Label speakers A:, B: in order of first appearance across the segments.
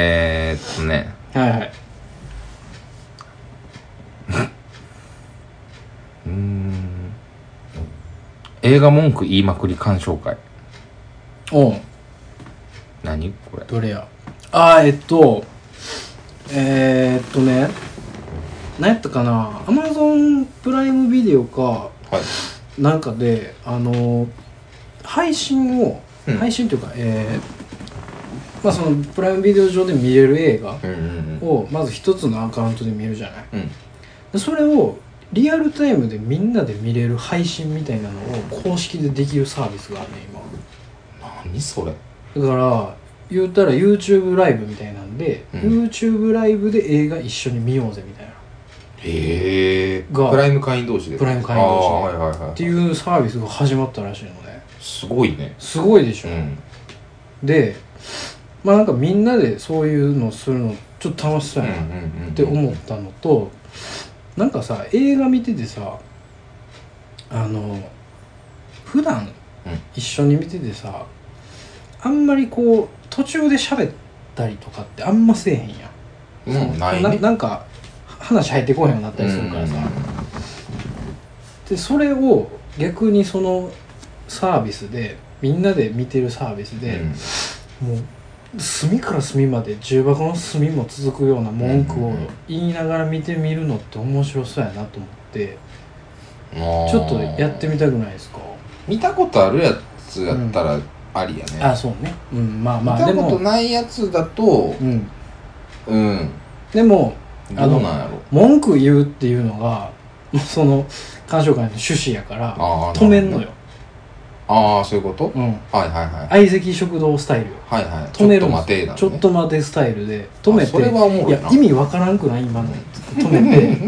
A: えー、っとね、
B: はいはい。
A: うーん。映画文句言いまくり鑑賞会。
B: おう
A: 何これ。
B: どれやあーえっとえー、っとね何やったかなアマゾンプライムビデオか
A: はい。
B: なんかであの配信を、
A: うん
B: 配信というかえー、まあそのプライムビデオ上で見れる映画
A: うんうんうん。
B: をまず一つのアカウントで見るじゃない
A: うん。
B: でそれをリアルタイムでみんなで見れる配信みたいなのを公式でできるサービスがあるね今
A: 何それ。
B: だから言うたら YouTube ライブみたいなんで、
A: うん
B: YouTube ライブで映画一緒に見ようぜみたいなっ
A: へえ。
B: が
A: プライム会員同士で。
B: プライム会員同士で
A: あーはいはいはい。
B: ていうサービスが始まったらしいのね
A: すごいね。
B: すごいでし
A: う
B: ょ、
A: ん。
B: でまあなんかみんなでそういうのするのちょっと楽しそうやなっ
A: うんうん。
B: て思ったのとなんかさ映画見ててさあの普段
A: うん
B: 一緒に見ててさあんまりこう途中で喋ったりとかってあんませえへんやん
A: うん、ない
B: な
A: ね。
B: なんか話入ってこへんようになったりするからさ、
A: うんうんうん
B: でそれを逆にそのサービスでみんなで見てるサービスで、もう隅から隅まで重箱の隅も続くような文句
A: うん
B: を
A: うんうん
B: 言いながら見てみるのって面白そうやなと思って
A: うん
B: ちょっとやってみたくないですか
A: 見たことあるやつやったらありやね、
B: あそうねうんまあまあで
A: 見たこと
B: も
A: ないやつだと
B: うん
A: うん
B: でもあの
A: どうなんやろ
B: 文句言うっていうのがもうその鑑賞会の趣旨やから
A: あー
B: 止めんのよ、
A: ああそういうこと、
B: う
A: は
B: ん
A: いはいはい
B: 相席食堂スタイルよ
A: はいはい
B: 止める
A: ちょっと
B: ん
A: 待て
B: で
A: だ、
B: す
A: ね、
B: ちょっと待てスタイルで止め
A: あ
B: て
A: それはおもろいない
B: や意味わからんくない今の止 めて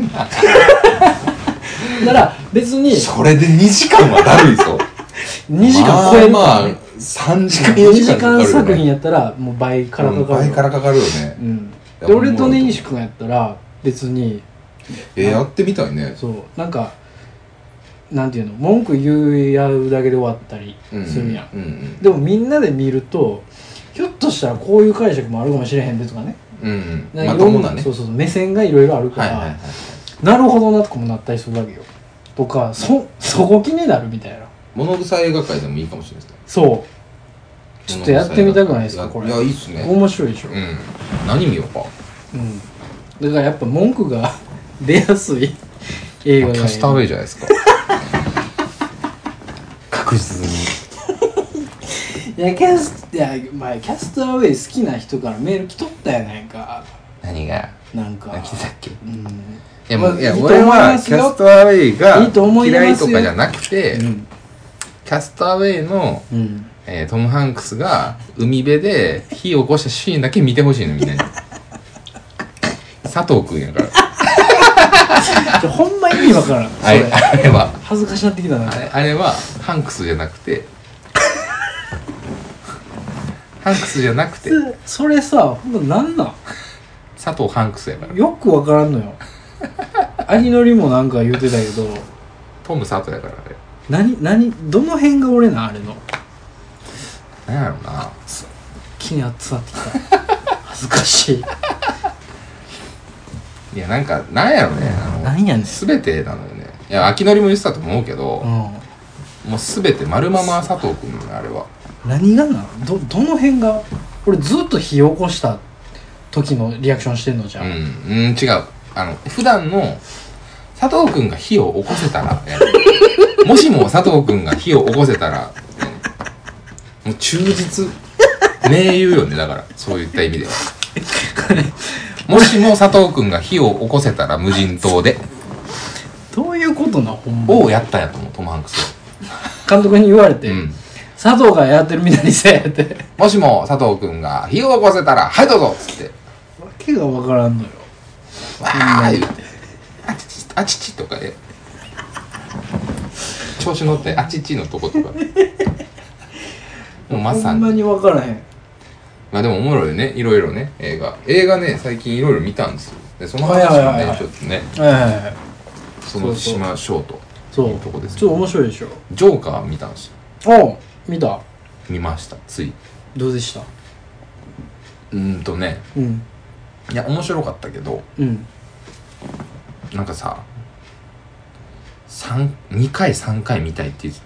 B: だから別に
A: それで2時間はだるい ぞ
B: 2時間超える
A: まあ、まあ、3時間
B: 2
A: 4
B: 時
A: 時間かか
B: 間
A: るよ、ね、
B: 作品やったらもう倍からか
A: うん
B: かる
A: 倍
B: よ
A: からかかるよね
B: う、ん
A: いや
B: で俺
A: お
B: と
A: もろい
B: 根岸君やったら別に
A: えーやってみたいね
B: そうなんかなんていうの文句言い合うだけで終わったりするやん、
A: うんうん
B: でもみんなで見るとひょっとしたらこういう解釈もあるかもしれへんでとかね
A: うんうん
B: んか
A: ま
B: い
A: と
B: ろん
A: もなね
B: そうそうそう目線がいろいろあるか
A: はい
B: ら、
A: はいはい
B: なるほどなとかもなったりするわけよとかそそこ気になるみたいな
A: 物草映画界でもいいかもしれないですね
B: そうちょっとやってみたくないですか
A: や
B: これ
A: いやいいっすね
B: 面白いでしょ、う
A: うん何見ようか
B: んだからやっぱ文句が 出やすい映画がいい
A: キャスターウェイじゃない ですか確実に
B: いやキャスいや、まあ、キャスターウェイ好きな人からメール来とったやないか
A: 何が
B: なんか
A: 何だっけい
B: うん
A: や
B: まあ
A: もういや
B: いいと思
A: 俺
B: いま
A: は
B: す
A: キ
B: よ
A: ャスターウェイが
B: いいと思いますよ
A: 嫌いとかじゃなくて
B: うん
A: キャスターウェイの、
B: うん
A: えートム・ハンクスが海辺で火を起こしたシーンだけ見てほしいのみんなに佐藤君やから
B: ちょほんま意味わからんそ
A: あれ
B: れ
A: あれは
B: 恥ずかしなってきたな
A: あれあれはハンクスじゃなくてハンクスじゃなくて
B: それさほんまなんなん
A: 佐藤ハンクスやから
B: よくわからん のよ兄のりもなんか言うてたけど
A: トム佐藤やからあれ
B: 何何どの辺が俺なんあれの
A: なんやろうな
B: 気に熱なってき た恥ずかしい
A: いやなんかなんやろねあ
B: 何やねん
A: の全てなのよねいや秋のりも言ってたと思うけど
B: う、ん
A: もう全て丸まま佐藤君のねあれは
B: 何がなんどどの辺が俺ずっと火起こした時のリアクションしてんのじゃ、
A: うんん、うん、違うあの普段の佐藤君が火を起こせたら、ねもしも佐藤君が火を起こせたら、ねもう忠実名優よねだからそういった意味ではもしも佐藤君が火を起こせたら無人島で
B: どういうことなほんま
A: をやったんやと思うトム・ハンクスは
B: 監督に言われて、
A: うん
B: 佐藤がやってるみたいにせえってわ
A: もしも佐藤君が火を起こせたら、はいどうぞっつって、
B: けがわからんのよ
A: わー言って、あちち、あちちとかで、調子乗って、あちちのとことか。もうまさ
B: ほんま
A: に。
B: にわからへん
A: まあでもおもろいよね、いろいろね、映画。映画ね、最近いろいろ見たんですよ。で、その話
B: はい
A: を
B: はいはいは
A: ね、
B: い
A: ちょっとね、
B: ええ
A: そのしましょうと。
B: そう
A: いいとこですね
B: ちょっと面白いでしょ
A: ジョーカー見たんですよ。
B: お見た
A: 見ました、つい。
B: どうでした
A: うーんとね
B: うん
A: いや面白かったけど
B: うん
A: なんかさ2回3回見たいって言って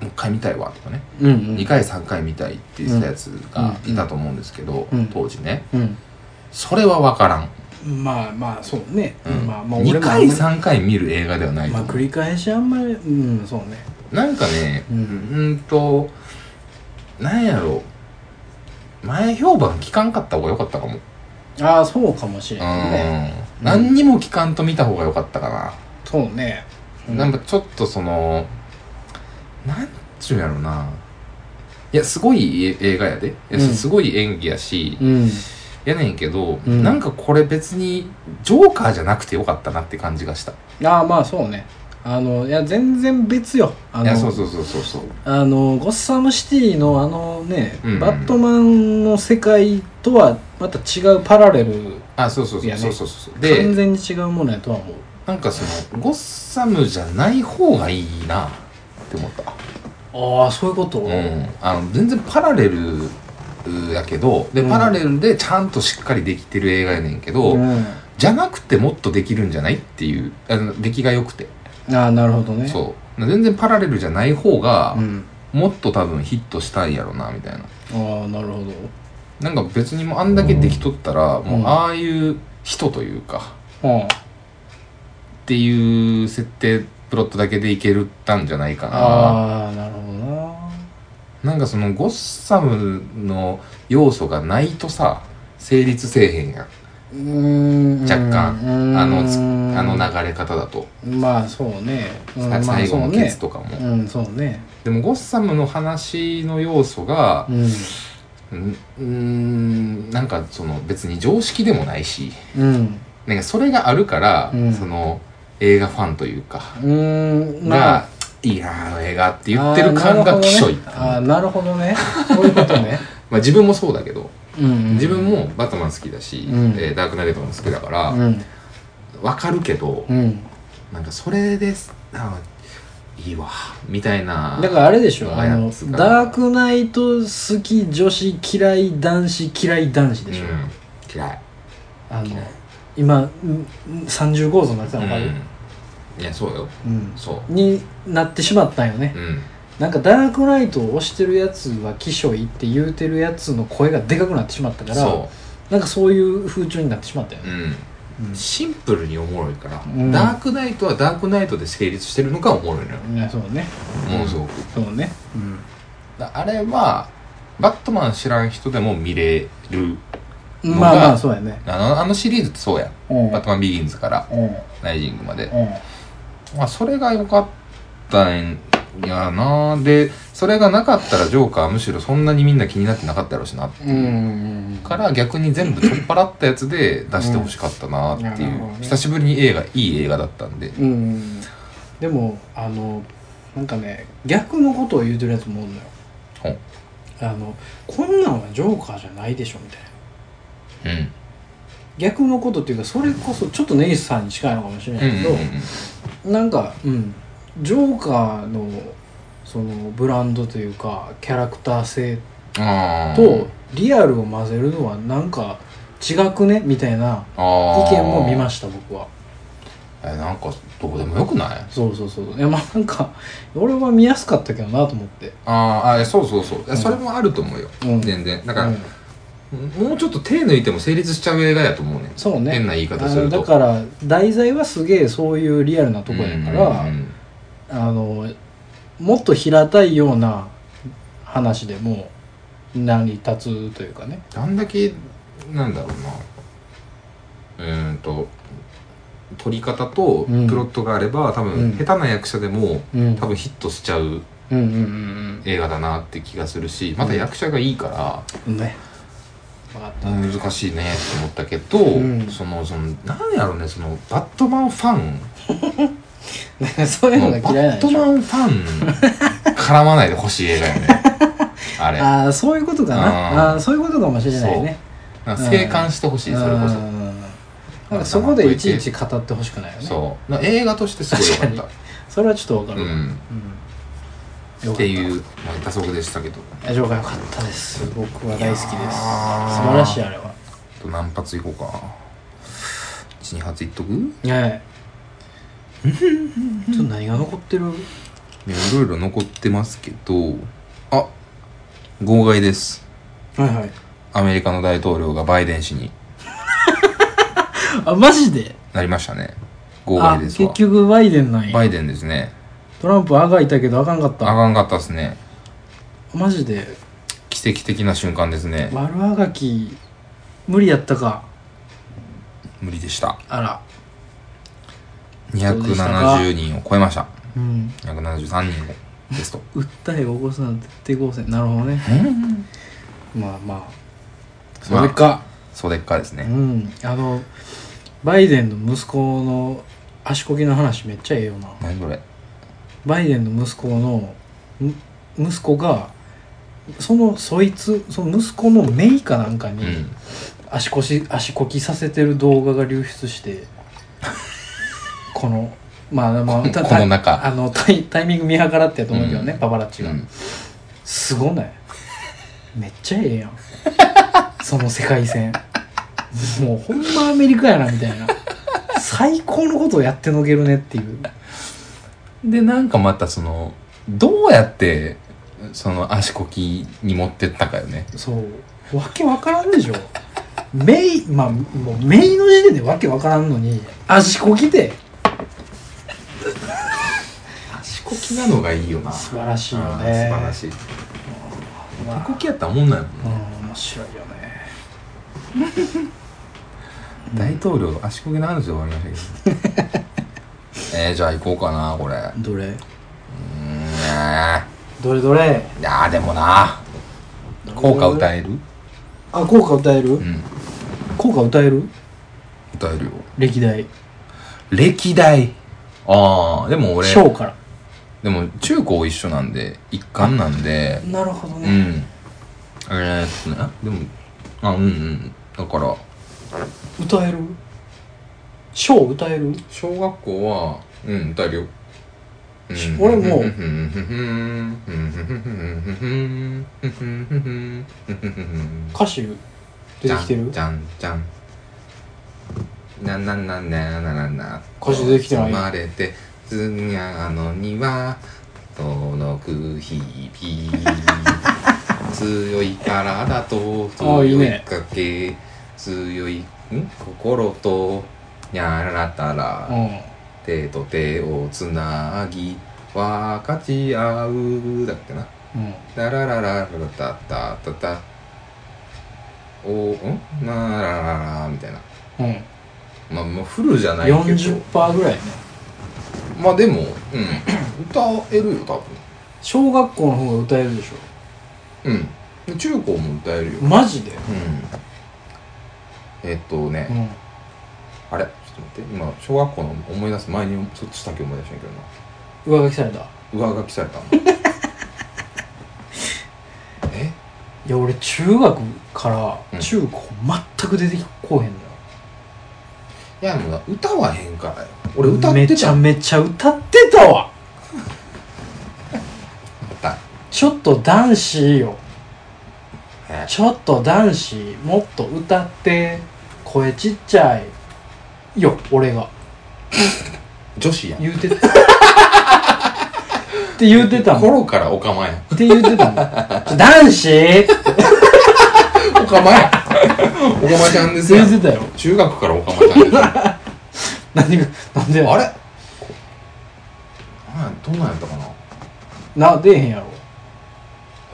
A: もう一回見たいわとかね、
B: うん
A: 2回3回見たいって言ってたやつがいたと思うんですけど、
B: うん
A: 当時ね
B: う
A: それは分からん、
B: んまあまあそうね、
A: うん
B: まあまあ
A: 2回
B: あんま
A: 3回見る映画ではない
B: り
A: と
B: まあ
A: 思う
B: 繰り返しあんまりうんそうね
A: なんかねう
B: うん
A: んとなんやろ前評判聞かんかった方が良かったかも
B: ああそうかもしれ
A: う
B: ないね
A: ん何にも聞かんと見た方が良かったかな、
B: そうね
A: なんかちょっとそのなんちゅうんやろないやすごいえ映画やでいや
B: うん
A: すごい演技やし、
B: うん
A: やねんけど、
B: うん
A: なんかこれ別にジョーカーじゃなくてよかったなって感じがした
B: ああまあそうねあのいや全然別よあ
A: い
B: の
A: やそうそうそうそうそう
B: あのゴッサムシティのあのね、
A: うん
B: バットマンの世界とはまた違うパラレル
A: あそうそうそう
B: いやね
A: そうそうそう
B: 完
A: で
B: 全に違うものやとは思う
A: なんかそのゴッサムじゃない方がいいなって思った
B: ああそういうこと、
A: うん、あの全然パラレルやけどで、
B: うん
A: パラレルでちゃんとしっかりできてる映画やねんけど、
B: うん
A: じゃなくてもっとできるんじゃないっていうあの出来が良くて、
B: ああなるほどね
A: そう全然パラレルじゃない方が
B: う、ん、
A: もっと多分ヒットしたんやろなみたいな
B: ああなるほ
A: なんか別にもうあんだけできとったら、もううんああいう人というか
B: どうん
A: っていう設定プロットだけでいけるったんじゃないかな
B: ああなるほどな
A: なんかそのゴッサムの要素がないとさ成立せえへんやん
B: うーん
A: 若干
B: うーん
A: あのつあの流れ方だと、
B: まあそうね、うん
A: さ
B: まあ
A: 最後のケツとかも、
B: そうねうんそうね
A: でもゴッサムの話の要素が
B: うん
A: うんうーんなんかその別に常識でもないし
B: うん
A: なんかそれがあるから、
B: うん
A: その映画ファンというか、
B: うーん
A: が、
B: まあ
A: いいなあの映画って言ってる感がきしょい、
B: あーなるほどねあーなるほどねそういうこと ね、
A: まあ、自分もそうだけど、
B: うん
A: 自分もバットマン好きだし、
B: うん
A: えーダークナイトも好きだから、わ
B: うん
A: かるけど、
B: うん
A: なんかそれですあいいわみたいな
B: だからあれでしょあ
A: や
B: の
A: つが
B: ダークナイト好き女子嫌い男子嫌い男子でしょ、
A: うん、嫌い
B: あの今うん35号像になってたの分かる、
A: うん、いやそうよ
B: うん
A: そ
B: になってしまったんよね
A: う、うん、
B: なんかダークナイトを推してるやつは気性いいって言うてるやつの声がでかくなってしまったから
A: そ
B: なんかそういう風潮になってしまったよ
A: う、
B: ね、
A: う
B: うん
A: ん、シンプルにおもろいから、
B: うん
A: ダークナイトはダークナイトで成立してるのがおもろいのよ、
B: いやそうね
A: ものすごく
B: そうねうん
A: だあれはバットマン知らん人でも見れるのが
B: まあまあそうやね
A: あのあのシリーズってそうやん
B: うん
A: バットマンビギンズから
B: うん
A: ライジングまで、
B: うん
A: まあ、それが良かったんやなでそれがなかったらジョーカーはむしろそんなにみんな気になってなかったやろうしな
B: うん
A: から逆に全部取っ払ったやつで出してほしかったなっていう、
B: うんうん
A: 久しぶりに映画いい映画だったんで
B: うんでもあのなんかね逆のことを言うてるやつもおるのよ
A: ほう
B: あのこんなんはジョーカーじゃないでしょみたいな
A: うん
B: 逆のことっていうかそれこそちょっと根岸さんに近いのかもしれな
A: うん
B: いけど、なんか、うん、ジョーカーのそのブランドというかキャラクター性
A: ああ
B: とリアルを混ぜるのはなんか違くねみたいな
A: 意
B: 意見も見ました僕は
A: たえなんかどうでもよくない
B: そうそうそういやまあなんか俺は見やすかったけどなと思って
A: あーあいやそうそうそう、いや
B: うん
A: それもあると思うよ、
B: うん
A: 全然だから、
B: うん
A: もうちょっと手抜いても成立しちゃう映画やと思うね
B: そうね
A: 変な言い方する
B: あ
A: と
B: のだから題材はすげえそういうリアルなとこやから、
A: うんうん
B: あのもっと平たいような話でも成り立つというかね
A: どんだけなんだろうなうーんと撮り方と
B: うん
A: プロットがあれば、多
B: う
A: 分
B: ん
A: 下手な役者でも、
B: うん
A: 多分ヒットしちゃう
B: うんうんうん
A: 映画だなって気がするしまた役者がいいから、
B: うんね分かった
A: 難しいねって思ったけど、
B: うん
A: そのそのなんやろうねそのバットマンファン
B: なんかそういうのが
A: バ
B: 嫌いなん
A: ッ
B: で
A: ト
B: しょ
A: マンファン絡まないでほしい映画よね あれ
B: ああそういうことかな
A: う
B: ああーそういうことかもしれないね
A: なんか静観してほしい、それこ
B: う
A: そ
B: んなんかそこでいちいち語ってほしくないよね
A: そうな映画としてすごい良かっ
B: それはちょっと
A: た
B: わか
A: う
B: るわ
A: ん
B: うんよかった
A: っていう、まあ、打足でしたけど
B: あ情が良かったです僕は大好きです素
A: いやー
B: 晴らしいあれは
A: あと何発いこうか12発いっとくい
B: ねえちょっと何が残ってる
A: やいろいろ残ってますけどあ号外です
B: はいはい
A: アメリカの大統領がバイデン氏に
B: あマジで
A: なりましたね号外です
B: 結
A: わ
B: 局バイデンなんや
A: バイデンですね
B: トランプあがいたけどあかんかっ
A: あ
B: た
A: かんかったですね
B: マジで
A: 奇跡的な瞬間ですね
B: 悪あがき無理やったか
A: 無理でした
B: あらそうでしたか
A: 270人を超えました
B: うん
A: 273人ですと
B: 訴えを起こすなんて抵抗戦なるほどね
A: うん
B: まあまあ
A: ま
B: そ
A: あ
B: れか、
A: そうでっかです
B: う
A: ね
B: んあのバイデンの息子の足こきの話めっちゃええよな
A: 何それ
B: バイデンの息子のむ息子がそのそいつその息子のメイかなんか
A: う
B: に
A: ん
B: 足腰足こきさせてる動画が流 出してこのまあまあ
A: こ
B: た
A: この中
B: たあのタイタイミング見計らってやと思うけどね、
A: うん
B: パパラッチ
A: う
B: が、
A: ん
B: すごないめっちゃええ やんその世界線もうほんまアメリカやなみたいな最高のことをやってのけるねっていう
A: でなんかまたそのどうやってその足こきに持ってったかよね
B: そうわけわからんでしょメイまあもうメイの時点でわけわからんのに足こきで
A: 足こきなのがいいよな
B: 素晴らしいよね
A: あー素晴らしい足こきやったらおもんないもん
B: う
A: ね、
B: ん面白いよね
A: 大統領の足こきの話で終わりま したけどえー、じゃあ行こうかなこれう
B: どれ
A: ーんね
B: どれどれ
A: いやーでもな効果歌える
B: あ効果歌える、
A: うん
B: 効果歌える
A: 歌えるよ
B: 歴代
A: 歴代ああでも俺
B: 小から
A: でも中高一緒なんで一貫なんで
B: なるほど
A: う
B: ね、
A: んえー、っとねあでもあうんうんだから
B: 歌える小歌える
A: 小学校はうん歌えるようん
B: 俺も
A: うんうんうんうん
B: 歌手出てきてる
A: じゃんじゃんじゃんなんなんなんなんなんなん
B: 歌詞出てきてない
A: 生まれてずにゃのには届く日 々強い体と
B: あ
A: 強
B: あいい
A: い
B: ね
A: かけ強いん心とにゃらたら、
B: うん
A: 手と手をつなぎ分かち合うだっけな
B: うん
A: ラララララタタタタおんなララララみたいな
B: うん
A: まあまあフルじゃないけど
B: 40%ぐらいね
A: まあでも、うん、歌えるよ多
B: 小学校の方が歌えるでし
A: 分うん中高も歌えるよ
B: ょマジで、
A: うんえっとね、
B: うん、
A: あれちょっと待って今小学校の思い出す前にちょっとしたっけ思い出したんや
B: 上書きされたい
A: けどな上書きされたのえ
B: や俺中学か
A: う
B: ら
A: ん
B: 中高全く出てこうへんのよ、
A: いやもう歌わへんからよ俺歌って
B: めち
A: た
B: ゃ
A: ん
B: めちゃ歌ってた わ
A: だ
B: ちょっと男子よ
A: え
B: ちょっと男子もっと歌って声ちっちゃいよ俺が
A: 女子やん
B: 言 うてって言うてたもん
A: 心からおかまやん
B: って言うてたもん男子って
A: おかまやんおかまちゃんです
B: 言
A: や
B: うんてたよ
A: 中学からおかまちゃんですやん
B: 何がなんで
A: あれあどんなんやったかな
B: な出えへんやろ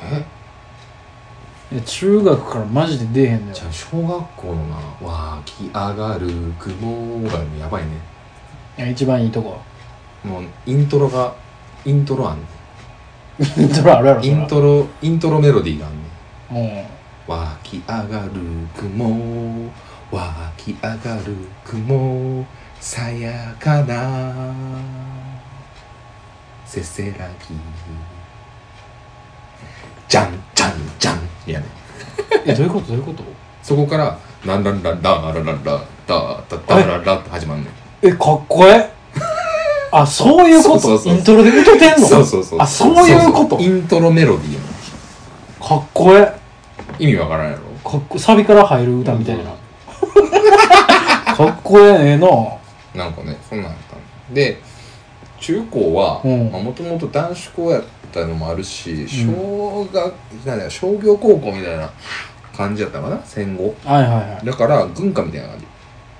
A: え
B: いや中学からマジで出えへんのよ
A: じゃあ小学校のな「湧き上がる雲がやばいね
B: いや一番いいとこ
A: もうイントロがイントロあんね
B: イントロあるやろそ
A: イ
B: ら
A: ントロイントロメロディーがあんね
B: うん
A: 湧き上がる雲湧き上がる雲さやかなせせらぎじゃんじゃんじゃんいやね
B: えどういうことどういうこと
A: そこからランランランランランランランダーダダララって始まんねん
B: えかっこええあそういうこと
A: そうそうそう
B: イントロで見とてんの
A: そうそうそう
B: あそういうこと
A: そイントロメロディーも
B: かっこええ
A: 意味わからんやろ
B: かっこサビから入る歌みたい な、かっこえええな
A: なんかねそんなんやったので中高は
B: うん
A: もともと男子校やったのもあるし小学、なんだよ商業高校みたいな感じやったかな戦後
B: はいはいはい
A: だから軍歌みたいな感じ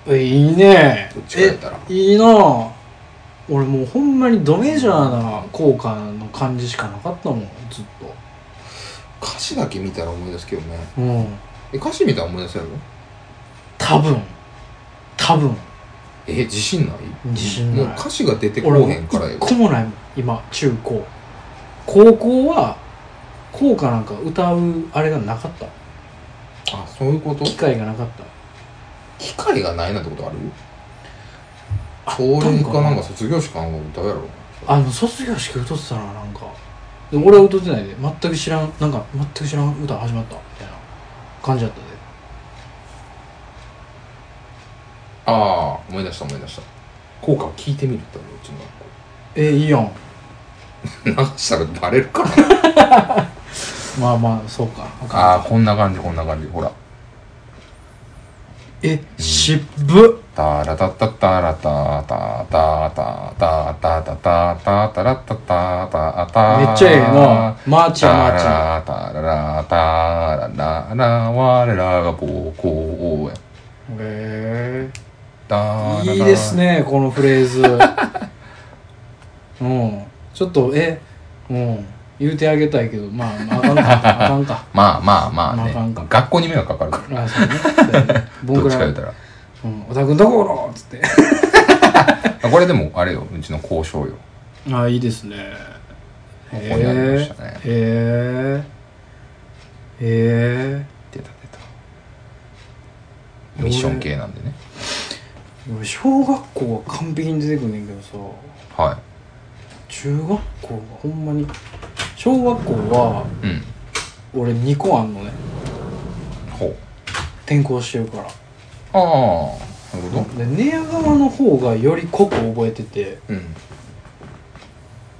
B: えいいね
A: どっちかやったら
B: えいいなあ俺もうほんまにドメジャーな効果の感じしかなかったもんずっ
A: 歌詞だけ見たら思い出すけどね
B: とうん
A: え歌詞見たら思い出せるの
B: 多分多分
A: え自信ない
B: 自信ない
A: もう歌詞が出てこう
B: 俺も
A: へんから
B: 一
A: よ
B: 個もないもん今中高高校は効果なんか歌うあれがなかった
A: あそういうこと
B: 機会がなかった
A: 機会がないなんてことある朝礼かなんか卒業式かなんか歌うやろ
B: あの卒業式歌ってたななんかで俺は歌ってないで全く知らんなんか全く知らん歌始まったみたいな感じだったで
A: ああ思い出した思い出した効果を聞いてみるって俺うちの学校
B: えいいやん
A: 流したらバレるから
B: まあまあそうかあかん
A: ああこんな感じこんな感じほら
B: え渋っ
A: タラタタタラタタタタタタタタタタラタタタタ
B: めっちゃええなマーチやマーチや
A: タラタラタラララ我らが暴行や
B: へ
A: タ
B: えいいですねこのフレ ーズうんちょっとえうん言うてあげたいけどまあまああか んかあかんか
A: まあまあまあね
B: まああかんか
A: 学校に迷惑かかるから
B: あそうねボン
A: どっ
B: ク
A: ちか
B: ラ
A: 言ったら
B: うん小田君どころっつって
A: これでもあれようちの交渉よ
B: あいいですね
A: ここにありましたね
B: へえへえ
A: 出た出たミッション系なんでね
B: 俺小学校は完璧に出てくんねんけどさ
A: は
B: 中学校がほんまに小学校はい
A: うん
B: 俺2個あんのね
A: ほう
B: 転校してるから
A: ああなるほど
B: で寝屋川の方がより濃く覚えてて
A: うん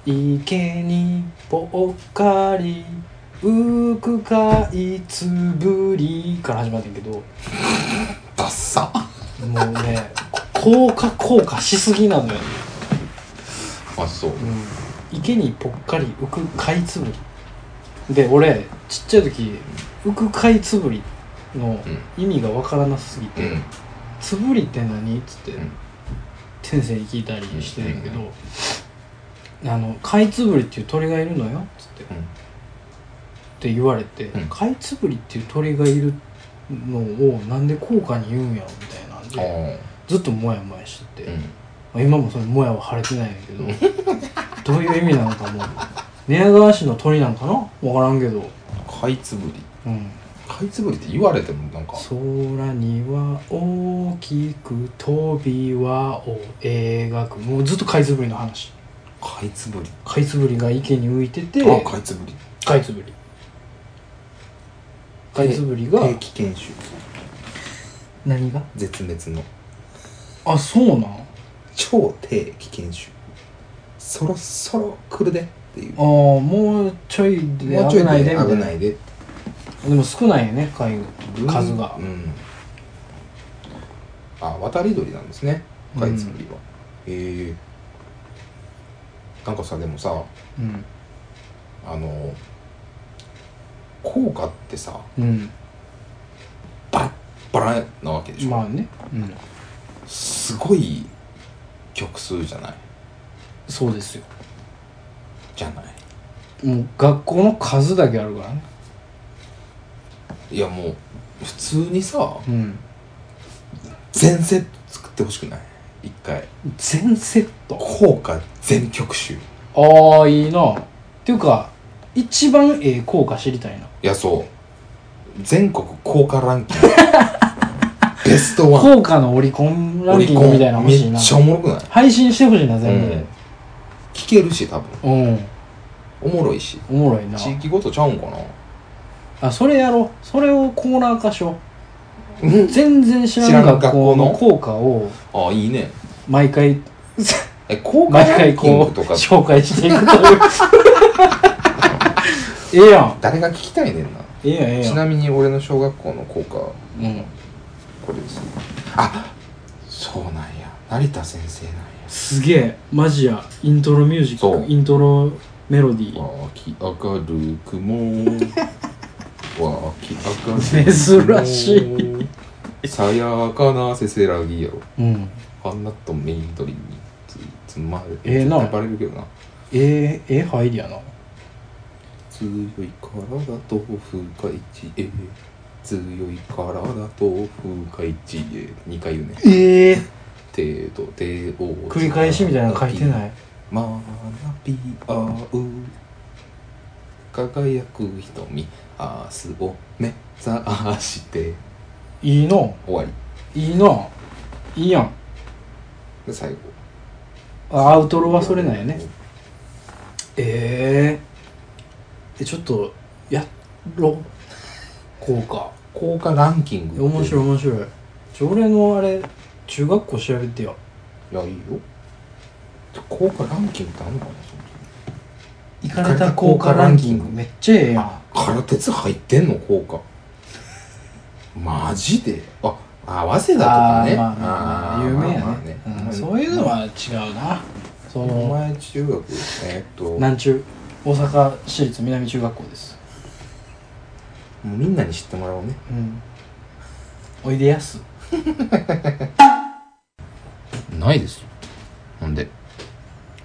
B: 池にぽっかり浮くかいつぶりから始まってんけども
A: ダッサ
B: うね 効果効果しすぎなのよ、
A: あそう
B: うん、池にぽっかり浮くかいつぶりで俺ちっちゃい時浮くかいつぶりの意味がわからなすぎて、
A: うん
B: つぶりって何っつって、
A: うん
B: 先生に聞いたりしてるけど、
A: う
B: あの「カイツブリっていう鳥がいるのよ」っつって、
A: ん
B: って言われて
A: うん
B: 「カイツブリっていう鳥がいるのをなんで効果に言うんやろ」みたいなん
A: あ
B: で
A: あ
B: ずっとモヤモヤしてて、
A: うん
B: まあ今もそのモヤは晴れてないんやけど どういう意味なのかもう寝屋川市の鳥なんかな分からんけど
A: かいつぶり
B: うん
A: かいつぶりって言われてもなんか
B: 空には大きく飛び輪を描くもうずっとカイツブリの話
A: かいつぶり
B: カイツブリが池に浮いてて
A: あかいつぶり
B: カイツブリカイツブリが
A: 定期研修
B: 何が
A: 絶滅の
B: あそうなんあ
A: 超低期研修そろそろ来るでっていう
B: あもうちょいで危ないでみたい
A: 危
B: な
A: ないで
B: でも少ないよね貝数が、
A: うんあ渡り鳥なんですねカイツブリは、へえなんかさでもさ
B: うん
A: あの効果ってさ
B: うん、
A: バラッバラなわけでしょ、
B: まあね、うん、
A: すごい曲数じゃない
B: そうですよ
A: じゃない
B: もう学校の数だけあるからね
A: いやもう普通にさ
B: うん
A: 全セット作ってほしくない一回
B: 全セット
A: 効果全曲集い
B: ああいいなっていうか一番ええ効果知りたいな
A: やそう全国効果ラン キングベストワン
B: 効果のオリコンランキングみたいなの欲
A: め
B: しい
A: っ
B: な
A: ちゃおもろくない
B: 配信してほしいな全部
A: うん聞けるし多分
B: うん、
A: おもろいし
B: おもろいな
A: 地域ごとちゃうんかな
B: あそれやろうそれをコーナー化しよ
A: う
B: うん全然知らん学校の効果を
A: あいいね
B: 毎回
A: え公開
B: 毎
A: ラン
B: 回
A: キン
B: こ
A: グ
B: う
A: とか
B: 紹介していくという ええやん
A: 誰が聞きたいねんな
B: ええやんええや
A: ち
B: ん
A: なみに俺の小学校の校歌こ
B: うん
A: れですあそうなんや成田先生なんや
B: すげえマジやイントロミュージ
A: そう
B: ックイントロメロディー
A: わき明るく もわき明るくも
B: 珍しい
A: さやかなせせらぎやろ
B: うん
A: 花とメイン鳥につつまれ
B: ええな
A: 絶対バレるけどな
B: ええええ入りやな
A: 強い体と深い知恵強い体と深い知恵2回言うね
B: ええ
A: 手と手を
B: 繰り返しみたいなの書いてないい
A: 学び合う輝く瞳明日を目指して
B: いいの
A: 終わり
B: いいのいいやん
A: で最後
B: あアウトロはそれなんやねえええちょっとやろこうか
A: 効果ランキング
B: 面白い
A: い
B: 面白い条例のあれ中学校調べてよ
A: いやいいよ効果ランキングってあんのかなそもそも
B: 行かれた効果ランキングめっちゃええやん
A: 空鉄入ってんの効果マジでああ早稲田とかね
B: ーまあまあまあ有名やね,、うんそういうの
A: は
B: は違うなそ
A: お
B: の
A: 前中学えーっとも
B: 南中大阪市立南中学校です
A: うみんなに知ってもらおうね
B: うんおいでやす
A: ないですよほんで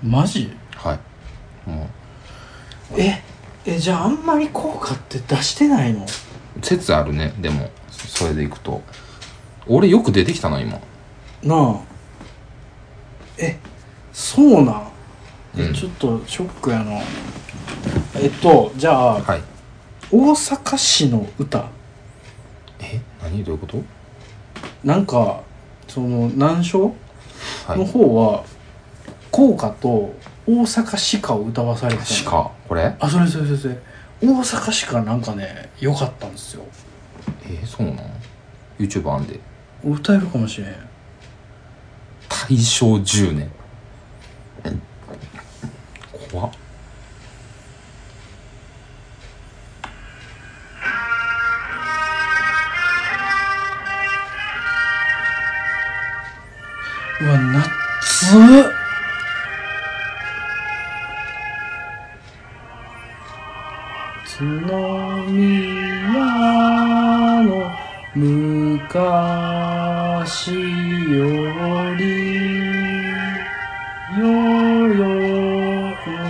B: マジ
A: はいも
B: ええじゃああんまり効果って出してないの
A: う説あるねでもそれでいくと俺よく出てきたな今
B: なあえそうなん、え
A: うん
B: ちょっとショックやなえっとじゃあ
A: はい
B: 大阪市の歌
A: え何どういうこと
B: なんかその難所
A: は
B: の
A: い
B: 方は校歌と大阪市歌を歌わされてたの
A: 鹿これ
B: あそれそれそれそれ大阪市歌なんかね良かったんですよ
A: えー、そうなん YouTube あんで
B: 歌えるかもしれん
A: 大正10年怖っ
B: うわ夏っ津波の昔より世々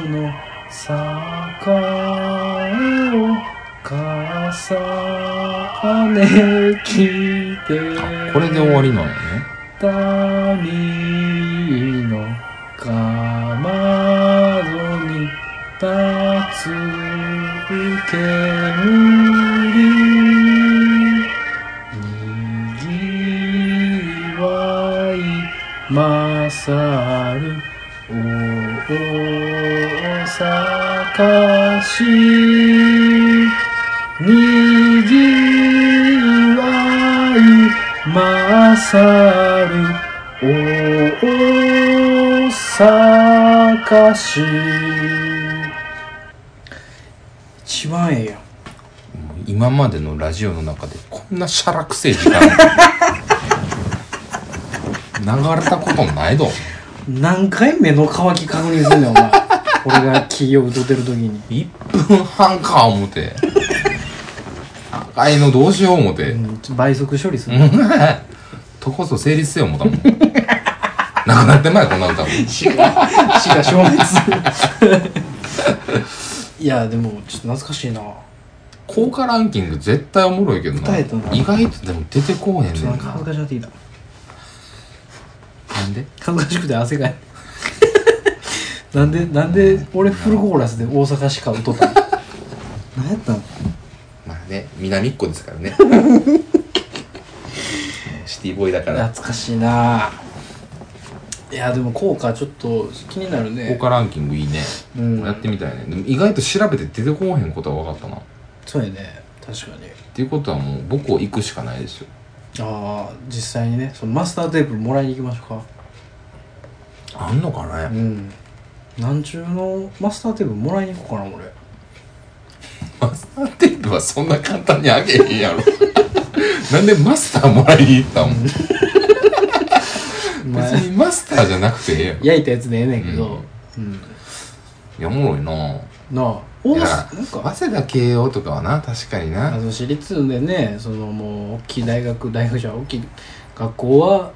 B: の栄を重ねきて
A: あこれで終わりなんやね
B: 谷のかまどに立つ煙にぎわい勝る大阪市にぎわい勝る大阪市一番ええやん
A: もう今までのラジオの中でこんなしゃらくせえ時間 流れたことないど
B: 何回目の乾き確認すんねんお前俺が企業歌ってる時に
A: 1分半か思て赤いのどうしよう思て、
B: うん倍速処理する、
A: とこそ成立せよ思ったもん なくなってまいこんな歌も
B: 死が死が消滅するいやでもちょっと懐かしいな
A: 効果ランキング絶対おもろいけど
B: 歌
A: な
B: えたな
A: 意外とでも出てこうへんね
B: ち
A: ん
B: ょ
A: な
B: っとなんか恥ずかしなってきた
A: なんで
B: 恥ずかしくて汗がなんでなんで俺フルコーラスで大阪しか歌ったの何やったの
A: まあね、南っ子ですからね。シティボーイだから。
B: 懐かしいないやでも効果ちょっと気になるね
A: 効果ランキングいいね。
B: うん
A: やってみたいね。でも意外と調べて出てこおへんことは分かったな。っ
B: そうやね確かに
A: ていうことはもう僕を行くしかないですよ。
B: ああ実際にねそのマスターテープもらいに行きましょうか
A: あんのかね、
B: うん何中のマスターテープもらいに行こうかな俺
A: マスターテープはそんな簡単にあげへんやろ なんでマスターもらいに行ったん別
B: まあ
A: にマスターじゃなくてええやんい
B: 焼いたやつでええねんけど、うん
A: やおもろいな
B: なあ大
A: いや
B: 須なんか
A: 早稲田慶応とかはな確かに
B: あ
A: な
B: の私立でねそのもう大きい大学大学じゃ大きい学校は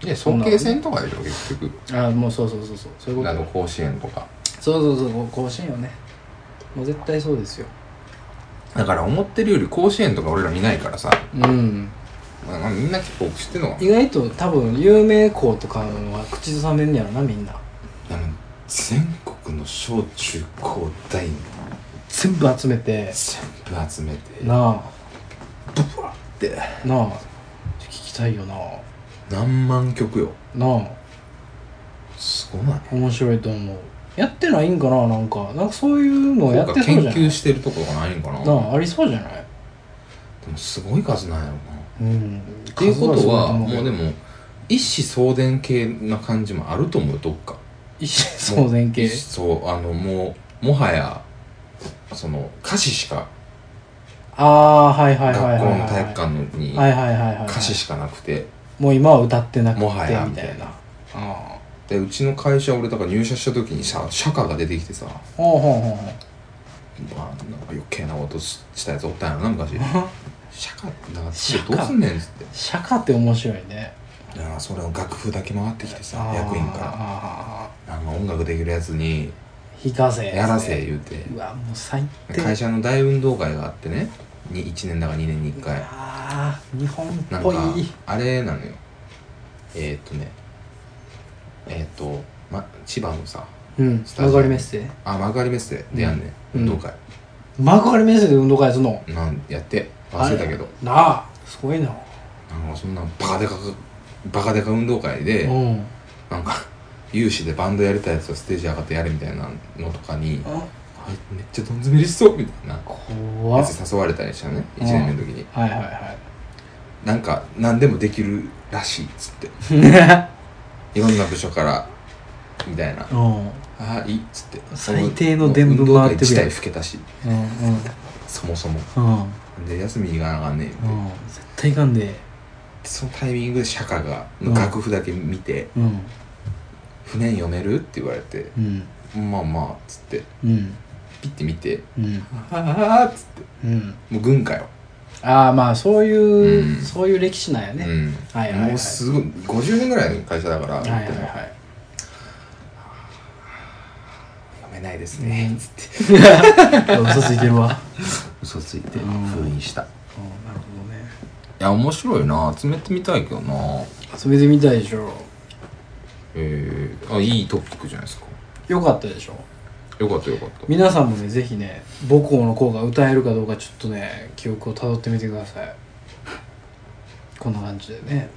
A: で尊敬戦とかでしょ結局
B: あもうそうそうそうそうそういうこ
A: あの
B: と
A: 甲子園とか
B: そうそうそう甲子園よねもう絶対そうですよ
A: だから思ってるより甲子園とか俺ら見ないからさ、
B: うん
A: まあ、みんな結構知ってんのかな
B: 意外と多分有名校とかは口ずさめんねやろなみんな
A: あの全国の小中高大
B: 全部集めて
A: 全部集めて
B: なあ
A: ブワッて
B: なあ聞きたいよな
A: 何万曲よ
B: なあ
A: すごない
B: 面白いと思うやってないんかななんかなんかそういうの
A: な
B: やっ
A: んか
B: てそう
A: 研
B: じゃない
A: 究してるとこがないんかな
B: なあありそうじゃない
A: でもすごい数なんやろな
B: うんっ
A: っていうことはもうでも一子相伝系な感じもあると思うよどっか
B: 一子相伝系
A: 一子そうあのもうもはやその歌詞しか
B: ああーはいはい
A: 学
B: はいはい
A: 校
B: はい
A: の体育館のに
B: はいはいはいはい
A: 歌詞しかなくて
B: もう今は歌ってなくて
A: も
B: み
A: は
B: たい
A: や
B: な
A: みたいな
B: あ
A: でうちの会社俺だから入社した時にさ釈迦が出てきてさ
B: あほうほうほうほう
A: まあ、なんか余計なことししたやつおったんやろな 昔釈迦ってなんか
B: 釈迦
A: どうすんねんっ つって
B: 釈迦って面白いね
A: だからそれを楽譜だけ回ってきてさ
B: あー
A: 役員か
B: あ
A: らなんか音楽できるやつに
B: ー引かせ
A: やらせ言うて
B: うわもう最低
A: 会社の大運動会があってねに1年だか2年に1回
B: ああ日本っ
A: なん
B: ぽ
A: か
B: い
A: あれなのよえーっとねえーっと、ま、千葉のさ
B: うん
A: スタジ
B: 曲
A: オ
B: がりメッセ
A: あ幕張メッセでやんね、
B: うん
A: ん、運動会、
B: 幕張メッセで運動会するの
A: なんやって忘れたけど
B: あれなあすごいな
A: なんかそんなバカでかくバカでか運動会で、
B: うん
A: なんか有志でバンドやりたいやつをステージ上がってやれみたいなのとかに
B: あ
A: 「あめっちゃどん詰めりしそう」みたいな
B: 怖
A: や
B: っ
A: つ誘われたりしたね1年目の時に
B: はいはいはい
A: なんか何でもできるらしいっつって いろんな部署からみたいな
B: うん
A: 「ああいい」っつって
B: 最低の伝聞
A: 回
B: 回
A: っ
B: って
A: る
B: てる
A: や
B: や
A: ん
B: ん
A: 自体老けたし
B: うんうん
A: そもそも
B: うん
A: で休みに行かなあかんねんって
B: うん絶対いかんで
A: そのタイミングで釈迦がの楽譜だけ見て
B: うん
A: 「譜面読める?」って言われて
B: うん
A: 「まあまあ」っつって
B: うん
A: ピッて見て
B: うん
A: 「ああ」っつって
B: うん
A: もう軍歌よ
B: ああまあそういう、
A: うん
B: そういう歴史なんやね、
A: うん
B: はいはいはい
A: もうすごい50年ぐらいの会社だから、
B: はいはい
A: でも
B: はい
A: 読めないですねつって
B: 嘘ついてるわ、
A: 嘘ついて
B: うん
A: 封印したい
B: うん、なるほどね
A: や面白いな集めてみたいけどな
B: 遊びでみたいでしょ
A: えー、あいいトピックじゃないですか
B: よかったでしょ
A: よかったよかった
B: 皆さんもねぜひね母校の校が歌えるかどうかちょっとね記憶をたどってみてくださいこんな感じでね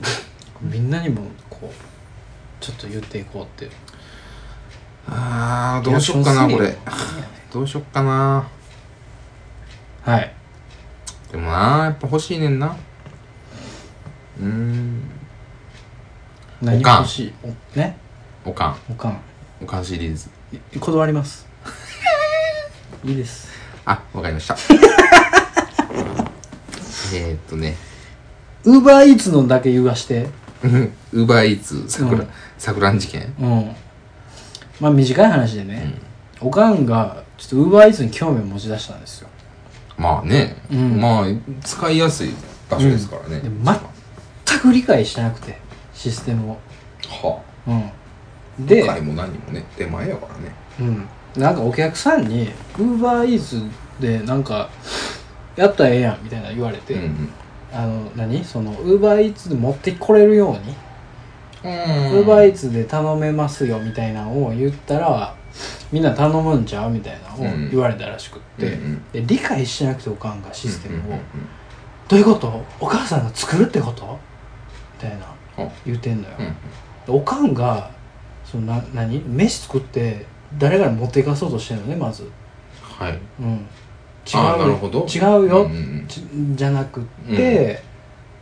B: みんなにもこうちょっと言っていこうって
A: あーどうしよっかな
B: リア
A: こ
B: クション
A: れどうしよっかな
B: はい
A: でもなやっぱ欲しいねんなうーん
B: 何
A: おかん
B: 欲しいおね
A: おかん
B: おかん
A: おかんシリーズ
B: い断ります いいです
A: あわかりました えーっとね
B: ウーバーイーツのだけ言わして
A: ウーバーイーツ桜、
B: うん
A: 桜ん事件
B: うんまあ短い話でね、おかんがちょっとウーバーイーツに興味を持ち出したんですよ
A: まあね、
B: うん
A: まあ使いやすい場所ですからね、
B: で全く理解してなくてシステムを
A: は
B: うん
A: あ
B: で、
A: 買いも何もね手前やからね
B: うん、なんかお客さんにウーバーイーツでなんかやったらええやんみたいな言われて、
A: うんうん
B: あの何そのウーバーイーツで持ってこれるようにウ
A: ウ
B: ーバーイーツで頼めますよみたいなのを言ったらみんな頼むんちゃうみたいなのを言われたらしくって、
A: うんうん
B: で理解してなくておかんがシステムを、
A: うんうんうん
B: どういうことお母さんが作るってことみたいな
A: あ
B: 言うてんのよ、
A: うんうん
B: でおかんがそのな何飯作って誰かに持っていかそうとしてるのねまず、
A: はい
B: うん、違う
A: あーなるほど
B: 違うよ、
A: うんうんうん
B: ちじゃなくって、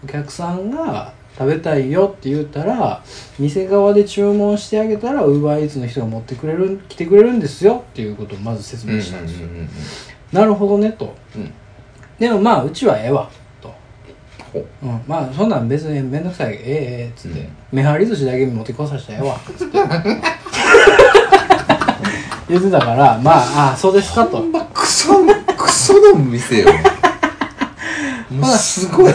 B: お客さんが食べたいよって言ったら店側で注文してあげたらウーバーイーツの人が持ってくれる来てくれるんですよっていうことをまず説
A: うんうん
B: 明
A: うん
B: したんですよ、なるほどねと
A: うんうん
B: でもまあうちはええわと、
A: ほう
B: うん、まあそんなん別に面倒くさいええええっつって、目張り寿司だけ持ってこさせたらええ わっつって言ってたからまああそうですかと
A: ほんまクソのクソの店よもうすごい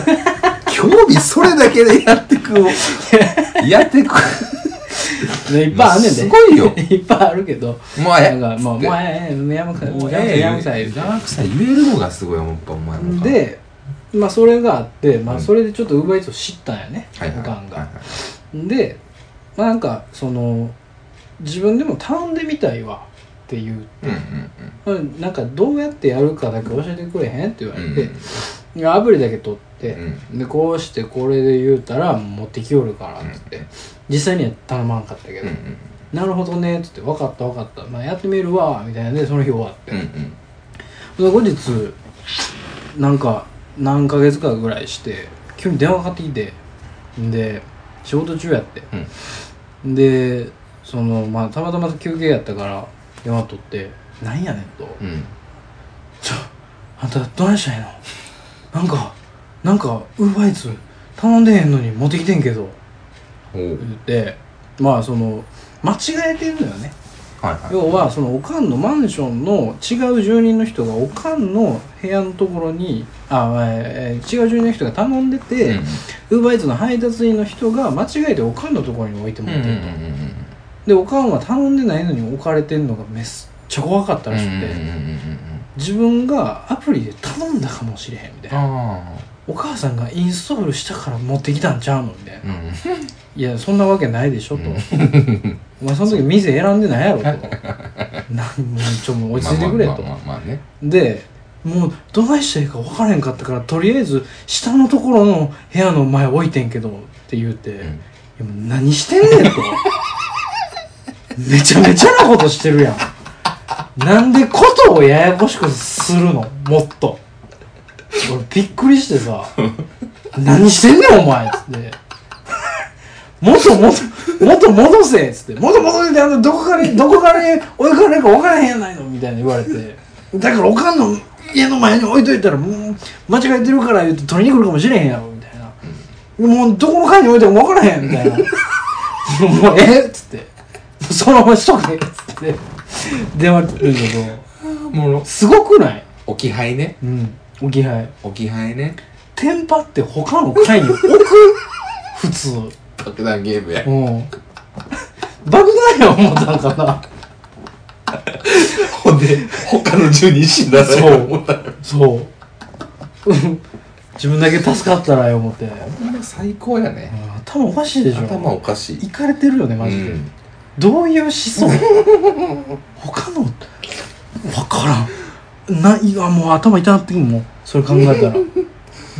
A: 興味それだけでやって くやってく
B: ねいっぱいあんねんで
A: もうすごいよ
B: いっぱいあるけど
A: もう
B: なん
A: え
B: かもうもう
A: え
B: ええええもうやむくさいも
A: も
B: う
A: う
B: やむくさ
A: え
B: い
A: え
B: やむくさい
A: 邪魔くさい言えるのがすごいよやっぱお前も
B: でまあそれがあって、ま
A: う
B: あ、
A: ん
B: それでちょっとウーバーイーツを知ったんやね
A: はいはい
B: おかん
A: はい
B: が
A: は
B: でまあなんかその自分でも頼んでみたいわって言う
A: いうん
B: うんなんかどうやってやるかだけ教えてくれへんって言わ
A: うんう
B: れ
A: ん
B: て、いや炙りだけ取って
A: う、ん
B: でこうしてこれで言うたら持ってきよるからっつって、
A: うん
B: 実際には頼まんかったけ
A: うん
B: ど、
A: うん
B: なるほどねっつって分かった分かった、まあ、やってみるわみたいなんでその日終わって、
A: うんうん
B: で後日なんか何ヶ月かぐらいして急に電話かかってきてで仕事中やって
A: うん
B: でそのまあたまたま休憩やったから電話取って「なんやねん」と
A: うんうん
B: 「ちょあんたどないしたんやのなんかなんかウーバーイーツ頼んでへんのに持ってきてんけど」
A: おう
B: 言ってまあその間違えてるのよね
A: はいはい
B: 要はそのおかんのマンションの違う住人の人がおかんの部屋のところにあ、えー違う住人の人が頼んでて、ウーバーイーツの配達員の人が間違えておかんのところに置いて
A: うん
B: も
A: う
B: らっ
A: ん
B: て
A: う
B: る
A: ん
B: と、
A: うんうん
B: でおかんは頼んでないのに置かれてんのがめっちゃ怖かったらしくて、
A: うんうんうんうんうん
B: 自分がアプリで頼んだかもしれへんみたいな
A: あ
B: お母さんがインストールしたから持ってきたんちゃうのみたいな
A: あ、うん
B: いやそんなわけないでしょと、お前その時店選んでないや ろとなんもうちょもう落ち着いてくれと、
A: まあまあまあまあね
B: でもうどないしていいか分からへんかったからとりあえず下のところの部屋の前置いてんけどって言うて、
A: ん
B: いやもう何してんねんとめちゃめちゃなことしてるやんなんでことをややこしくするのもっと俺びっくりしてさ何してんねんお前っつって元元元戻せっつって元戻せってあのどこからどこから追いかれるか分からへんやないのみたいな言われてだからおかんの家の前に置いといたらもう間違えてるから言って取りに来るかもしれへんやろみたいな、もうどこの階に置いても分からへんみたいなもう えっつってそのまましとけっつって電話来るんだけど
A: も
B: すごくない
A: 置き配ね
B: うん置き配
A: 置き配ね
B: テンパって他の階に置 く普通
A: 爆弾ゲームや
B: うん爆弾や思ったんかな
A: ほんで他の住人死んだ
B: そう
A: 思ったら
B: そううん自分だけ助かったらよ思って
A: ほんま最高やね
B: うん頭おかしいでしょ
A: 頭おかしい
B: いかれてるよねマジで、
A: うん
B: どういう思想他の分からんないやもう頭痛なってくるもんそれ考えたら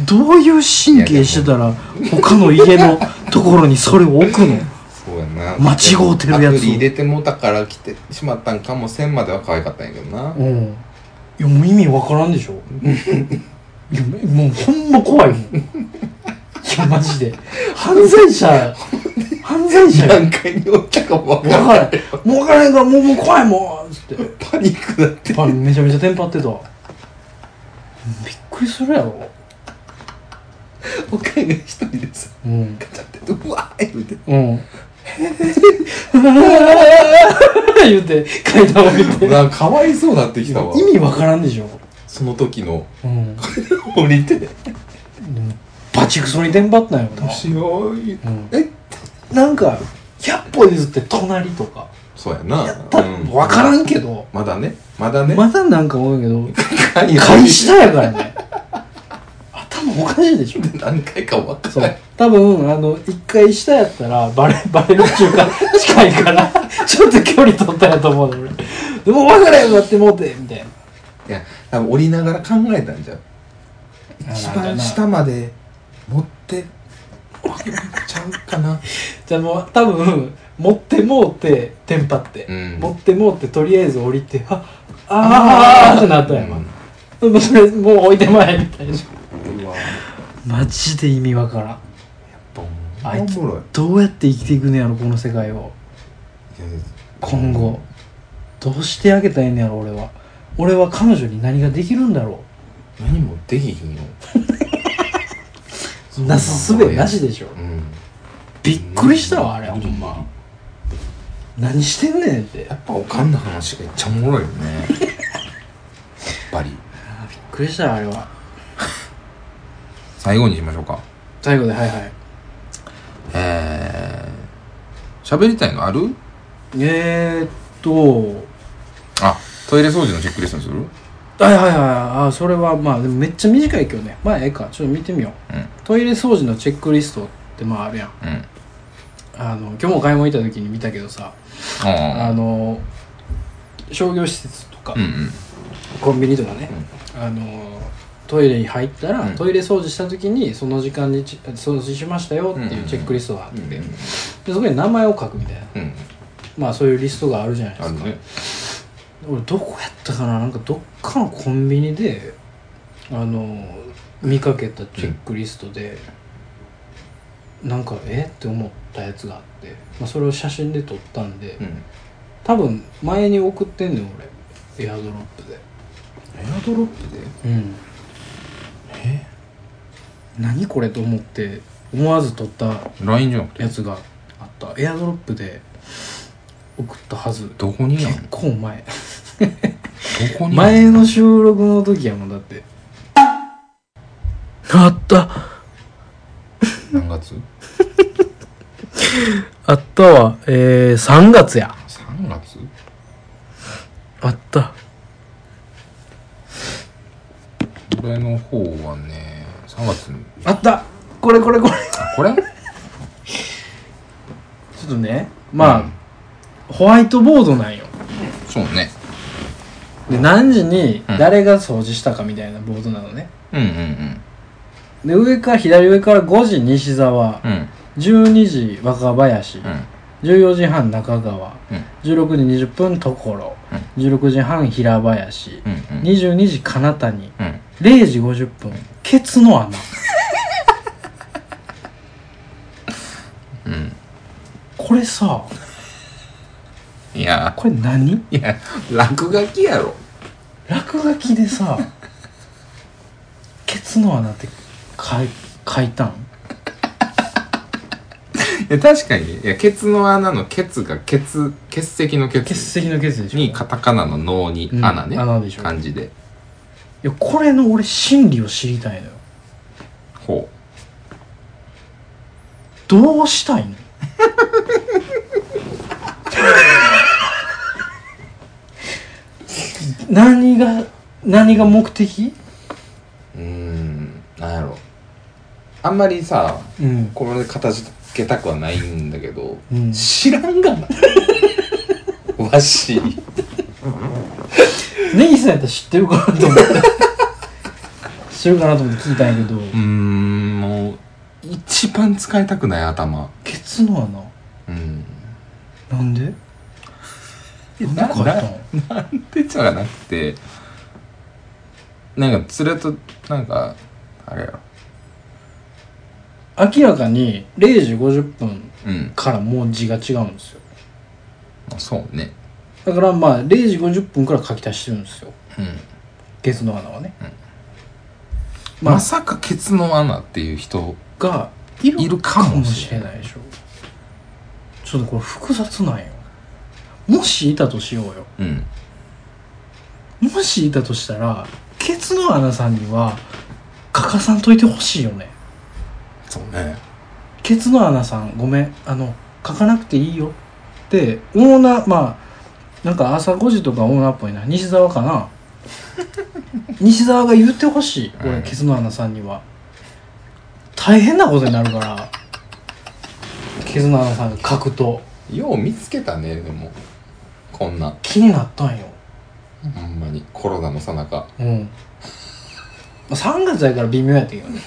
B: どういう神経してたら他の家のところにそれを置くの
A: そうやな
B: 間違うてるやつ
A: アプリ入れてもうたから来てしまったんかもせんまでは可愛かったんやけどな
B: うんいやもう意味わからんでしょいやもうほんま怖いもんいやマジで犯罪者犯罪者
A: 何階に置いたかもわ
B: 分
A: からん
B: からんもう分からんからもうもう怖いもんつって
A: パニックだって
B: あめちゃめちゃテンパってたびっくりするやろ
A: おかんが一人でさ
B: うん
A: ガチャってうわーって
B: うん 言うて階段を見て
A: なんかかわいそうなってきたわ
B: 意味わからんでしょ、
A: その時の
B: うん、
A: 降りて
B: バチクソにテンパったんやろ
A: どう
B: な
A: しよう
B: うん
A: え
B: なんか100歩譲って隣とか
A: そうやな
B: やったら
A: うん
B: 分からんけど、
A: まだねまだね
B: まだなんか思うけど
A: 何
B: 返したやからね頭おかしいでしょ
A: 何回か分か
B: そ
A: らな
B: う
A: い。
B: 多分、あの、一回下やったら、バレ、 バレるっていうか、近いから、 ちょっと距離取ったんやと思うの、俺。でも、分からへんようになってもうて、みたい
A: いや多分降りながら考えたんじゃう
B: な。
A: 一
B: なんか
A: 番
B: な
A: 下まで持ってちゃうかな
B: じゃあもう、多分、持ってもうて、テンパって。
A: うん
B: 持ってもうて、とりあえず降りて、あ、あーってなったんやん。
A: うん
B: でもそれ、もう置いてまえ、みたいな。
A: うわやっ
B: マジで意味わからん。
A: ぱもう
B: あいつ
A: おもろい
B: どうやって生きていくねやろこの世界を
A: いや
B: 今後どうしてあげたらええねやろ俺は俺は彼女に何ができるんだろ
A: 何もできひんよ
B: うなすすべなしでしょ
A: うん
B: びっくりしたわあれほんま何してんねんって
A: やっぱおかんの話めっちゃおもろいよ ねやっぱり
B: びっくりしたわあれは
A: 最後にしましょうか
B: 最後ではいはい
A: えー、喋りたいのある
B: えー、っと
A: あトイレ掃除のチェックリストにするうん
B: はいはいはいあそれはまあでもめっちゃ短いけどねまあええかちょっと見てみようトイレ掃除のチェックリストってまああるやん
A: うん
B: あの今日も買い物行った時に見たけどさあ
A: あ
B: の商業施設とか、
A: ーうんうん
B: コンビニとかね、あのトイレに入ったら、
A: うん
B: トイレ掃除した時にその時間にち掃除しましたよっていうチェックリストがあって、
A: うんうん
B: でそこに名前を書くみたいな
A: うん
B: まあそういうリストがあるじゃないで
A: あ
B: す
A: る
B: か、
A: ね
B: 俺どこやったかななんかどっかのコンビニであの見かけたチェックリストで、なんかえって思ったやつがあって、まあ、それを写真で撮ったんで、
A: うん
B: 多分前に送ってんねん俺エアドロップで
A: エアドロップで
B: うん
A: え
B: 何これと思って思わず撮った
A: LINE じゃなくて
B: やつがあったエアドロップで送ったはず
A: どこにやん
B: 結構前
A: どこにやん
B: 前の収録の時やもんだってあった
A: 何月
B: あったわえー、3月や
A: ?3 月
B: あった
A: 俺の方はね3月に
B: あったこれこれこれ
A: あこれ
B: ちょっとねまあ、ホワイトボードなんよ
A: そうね
B: で何時に
A: うん
B: 誰が掃除したかみたいなボードなのね、
A: うんうん
B: で上から左上から5時西沢、
A: うんうん
B: 12時若林、
A: うん
B: 14時半中川、
A: うん
B: 16時20分所、16時半平林、
A: うんうん
B: 22時金谷
A: うん
B: 0時50分、ケツの穴
A: うん
B: これさ
A: いや
B: これ何
A: いや落書きやろ
B: 落書きでさケツの穴って書い書いたん
A: いや確かにいやケツの穴のケツがケツ血石のケツ
B: 欠席のケツでしょ
A: にカタカナの脳に
B: うん
A: 穴ね、
B: 穴でしょ
A: 漢字で
B: いやこれの俺心理を知りたいのよ
A: ほ
B: どうした いの何が何が目的
A: ううーんなんやろあんまりさ
B: うん
A: これで片付けたくはないんだけど、
B: うん
A: 知らんがな わし
B: ネギさんやったら知ってるかなと思って知ってるかなと思って聞いたんやけど、
A: うーんもう一番使いたくない頭
B: ケツの穴
A: うん
B: なんでえ
A: な
B: なんで書いた
A: な
B: の
A: なんでじゃなくてなんか連れとなんかあれやろ
B: 明らかに0時50分
A: うん
B: からもう字が違うんですよ
A: まあそうね
B: だからまあ0時50分から書き足してるんですよ
A: うん
B: ケツの穴はね、ま
A: ま
B: あ
A: さかケツの穴っていう人
B: がい
A: いるかもしれない
B: いでしょちょっとこれ複雑なんよもしいたとしようよ
A: うん
B: もしいたとしたらケツの穴さんには欠かさんといてほしいよね
A: そうね
B: ケツの穴さんごめんあの書かなくていいよってオーナーまあなんか朝5時とかオーナーっぽいな西沢かな西沢が言ってほしい
A: うん
B: 俺ケツの穴さんには大変なことになるからケツの穴さんが書くと
A: よう見つけたねでもこんな
B: 気になったんよ
A: ほんまにコロナのさなか
B: うん3月やから微妙やったけどね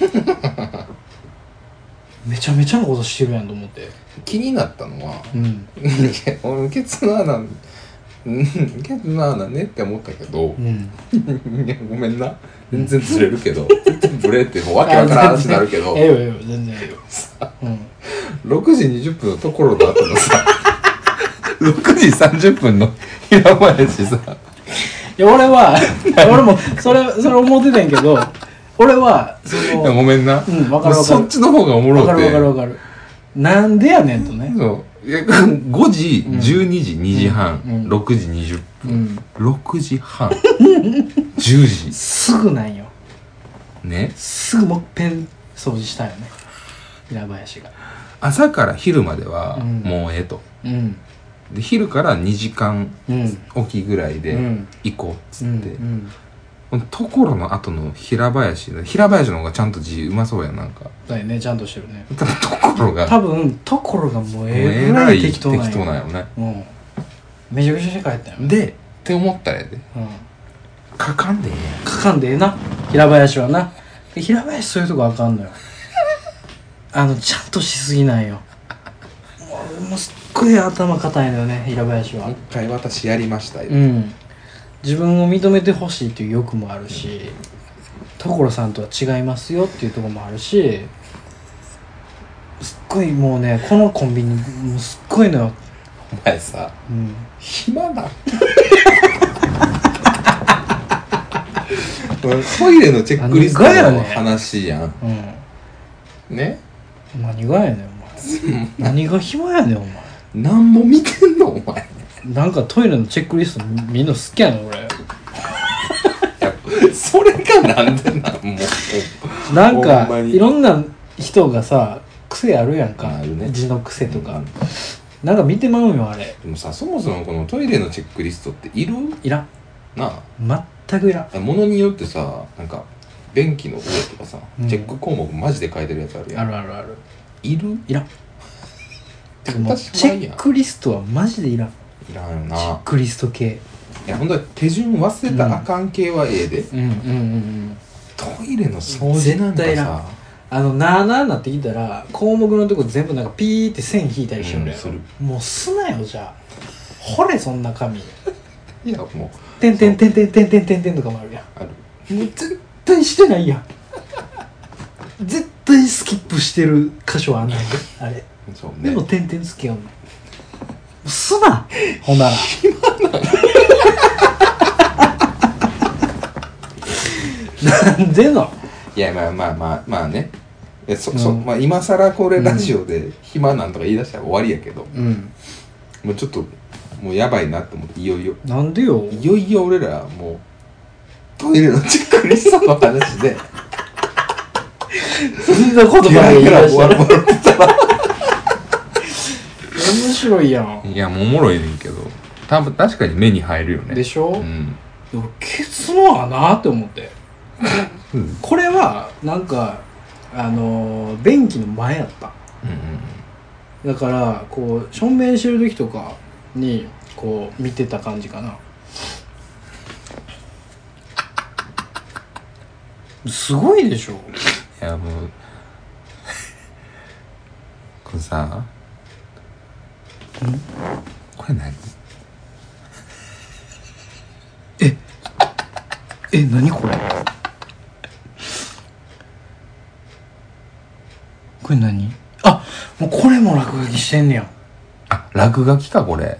B: めちゃめちゃなことしてるやんと思って
A: 気になったのは
B: うん
A: 俺ケツの穴 うんけどななんねって思ったけど
B: う、ん
A: いやごめんな全然ずれるけど全然ブレってもうわけわからん話になるけ ど
B: ええよええよ全然ええようん
A: 6時20分のところの後の さ6時30分の平林さ
B: いや俺は 俺もそれそれ思ってたんやけど俺はそ
A: いや
B: の
A: ごめんな、
B: うんわかるわかる
A: そっちの方がおもろ
B: わか
A: く
B: る
A: て
B: わかるわかるなんでやねんとね
A: そういや5時、
B: うん
A: 12時2時半、
B: うん
A: 6時20
B: うん
A: 分6時半10時
B: すぐなんよ
A: ね
B: すぐもっぺん掃除したよね平林が
A: 朝から昼までは
B: うん
A: もうええと、
B: うん
A: で昼から2時間
B: うん
A: おきぐらいうで
B: ん
A: 行こうっつ
B: う
A: っ
B: ん
A: て、
B: うん
A: このところの後の平林平林の方がちゃんと字うまそうやんなんか
B: だよねちゃんとしてるね
A: ただところが
B: 多分ところがもうえ
A: え
B: ら
A: ら
B: い
A: い
B: 適
A: 適
B: 当
A: 当
B: なんよ
A: なんよね
B: うんめちゃくちゃして帰ったよね
A: でって思ったらやで
B: うん
A: かかんでええ
B: かかんでええな平林はなで平林そういうとこあかんのよ あのちゃんとしすぎないよもうもうすっごい頭固いのよね平林
A: やん
B: は
A: 一回私やりましたよ
B: うん自分を認めてほしいという欲もあるし所さんとは違いますよっていうところもあるしすっごいもうねこのコンビニもうすっごいのよ、
A: お前さ
B: うん、
A: 暇 だトイレのチェックリストの話やん
B: うん
A: ね
B: 何がやねん お前何が暇やねんお前
A: 何も見てんのお前
B: なんかトイレのチェックリストみみんな好きやねん俺
A: それがなんでなんもう
B: なん
A: ほんま
B: か
A: に
B: いろんな人がさ癖あるやんか
A: あるね
B: 字の癖とか、なんか見てまうんよあれ
A: でもさそもそもこのトイレのチェックリストっている
B: いらん
A: なあ
B: 全くいらん
A: ものによってさなんか便器の上とかさ、
B: うん
A: チェック項目マジで書いてるやつあるや
B: あ
A: ん
B: るあるある
A: いる
B: いらんてかもう
A: 確
B: チ
A: か
B: ェ
A: にや
B: ックリストはマジでいらん
A: いらんよ
B: チェッ
A: な
B: クリスト系
A: いやほんとに手順忘れたらあかん系はええで、
B: うんうんうんうん
A: トイレの掃除なんか
B: 絶対いら
A: さ
B: あのなあなあなってきたら項目のとこ全部なんかピーって線引いたりしてるのよ、
A: うんする
B: もうすなよじゃあ掘れそんな紙
A: いやも
B: てんてんてんてんてんてんてんてんとかもあるやん
A: うある
B: もう絶対してないやん絶対スキップしてる箇所はあんないあれ
A: そう
B: で
A: ね
B: も点々つけよんねんすなほんならなんでの
A: いやまあまあまあまあねいやそ、
B: うん
A: そまあ、今更これラジオで暇なんとか言い出したら終わりやけど、
B: うん
A: もうちょっともうやばいなと思っていよいよ
B: なんでよ
A: いよいよ俺らもうトイレのチェックリストの話 で
B: そんなこと
A: ゲ
B: ばっか
A: ラ
B: り
A: ゲ
B: 言い
A: ラ
B: 出し
A: 終
B: た
A: わる
B: ら面白いやん
A: いやもうおもろいねんけど多分確かに目に入るよね
B: でしょ、
A: うん
B: いや俺ケツの穴って思って
A: うんうん
B: これはなんかあのー便器の前やっただからこう正面してる時とかにこう見てた感じかなすごいでしょ
A: いやもう これさこれ何
B: え何これこれ何あもうこれも落書きしてんねや
A: あ落書きかこれ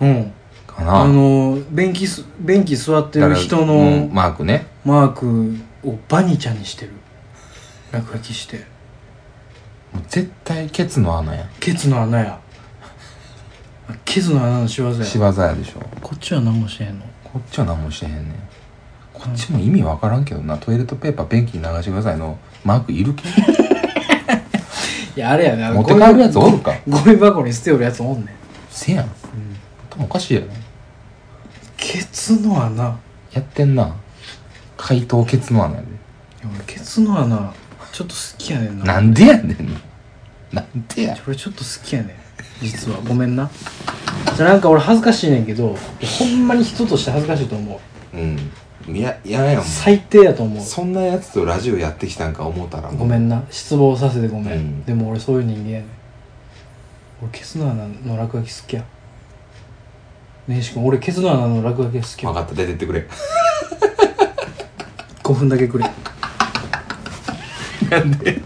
B: うん
A: か
B: あ
A: な
B: の便器す便器座って
A: だか
B: る
A: ら
B: 人
A: う
B: の
A: んマークね
B: マークをバニーちゃんにしてる落書きして
A: もう絶対ケツの穴や
B: ケツの穴やあケツの穴の仕業や
A: 仕業やでしょ
B: こっちは何もしてへんの
A: こっちは何もしてへんねんこっちも意味わからんけどなトイレットペーパー便器に流してくださいのマークいる け
B: いやあれやねあ
A: 持
B: の
A: って帰るやつおるか
B: ゴミゴミ箱に捨てよるやつおんねん、
A: せやん頭おかしいやろ
B: ケツの穴いや
A: やってんな怪盗ケツの穴やで
B: 俺ケツの穴ちょっと好きやねんな
A: なんでやねんななんでや
B: 俺ちょっと好きやねん実はごめんなじゃあなんか俺恥ずかしいねんけどほんまに人として恥ずかしいと思う
A: うんいやややん
B: 最低やと思う
A: そんなやつとラジオやってきたんか思ったら
B: ごめんな失望させてごめん、
A: うん
B: でも俺そういう人間やねん俺ケツの穴の落書き好きや根岸君俺ケツの穴の落書きが好き
A: 分かった出てってくれ
B: 5分だけくれ
A: なんで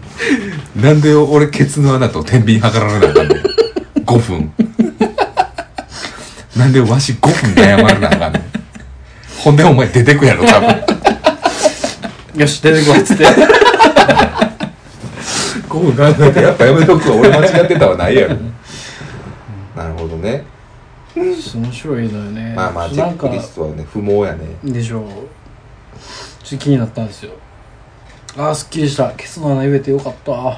A: なんで俺ケツの穴と天秤測られなあかんねん5分 なんでわし5分悩まれなあかんねんほんでお前出てくやろ多分
B: よし出てこいっつって
A: 5分考えてやっぱやめとくわ俺間違ってたはないやろなるほどね
B: 面白いのよね
A: まあまあチェックリストはね不毛やね
B: でしょうちょっと気になったんですよああすっきりしたケツの穴言えてよ かったうんあー面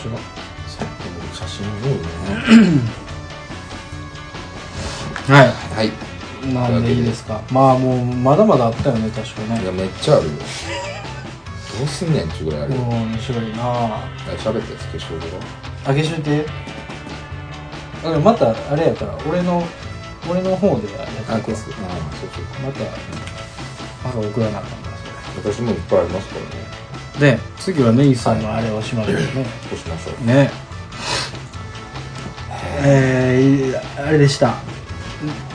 B: 白い
A: さっきの写真どう
B: は
A: はい
B: いなんでいいですかまあもうまだまだあったよね確か
A: い
B: ね
A: やめっちゃあるよどうすんねんちゅうぐらいある
B: もう
A: よ
B: 面白いなあ
A: あ喋ったやつ消しゴムが
B: あげしといてだからまたあれやから俺の俺の方ではや
A: あ
B: って
A: こ
B: い
A: れそ
B: くわ
A: うそう
B: またまだ送らなあかんなそれ
A: 私もいっぱいありますからね
B: で次はネイさんのあれをしましょうね
A: こうしましょう
B: ねえー、あれでした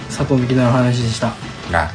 B: 佐藤美希の話でした
A: あ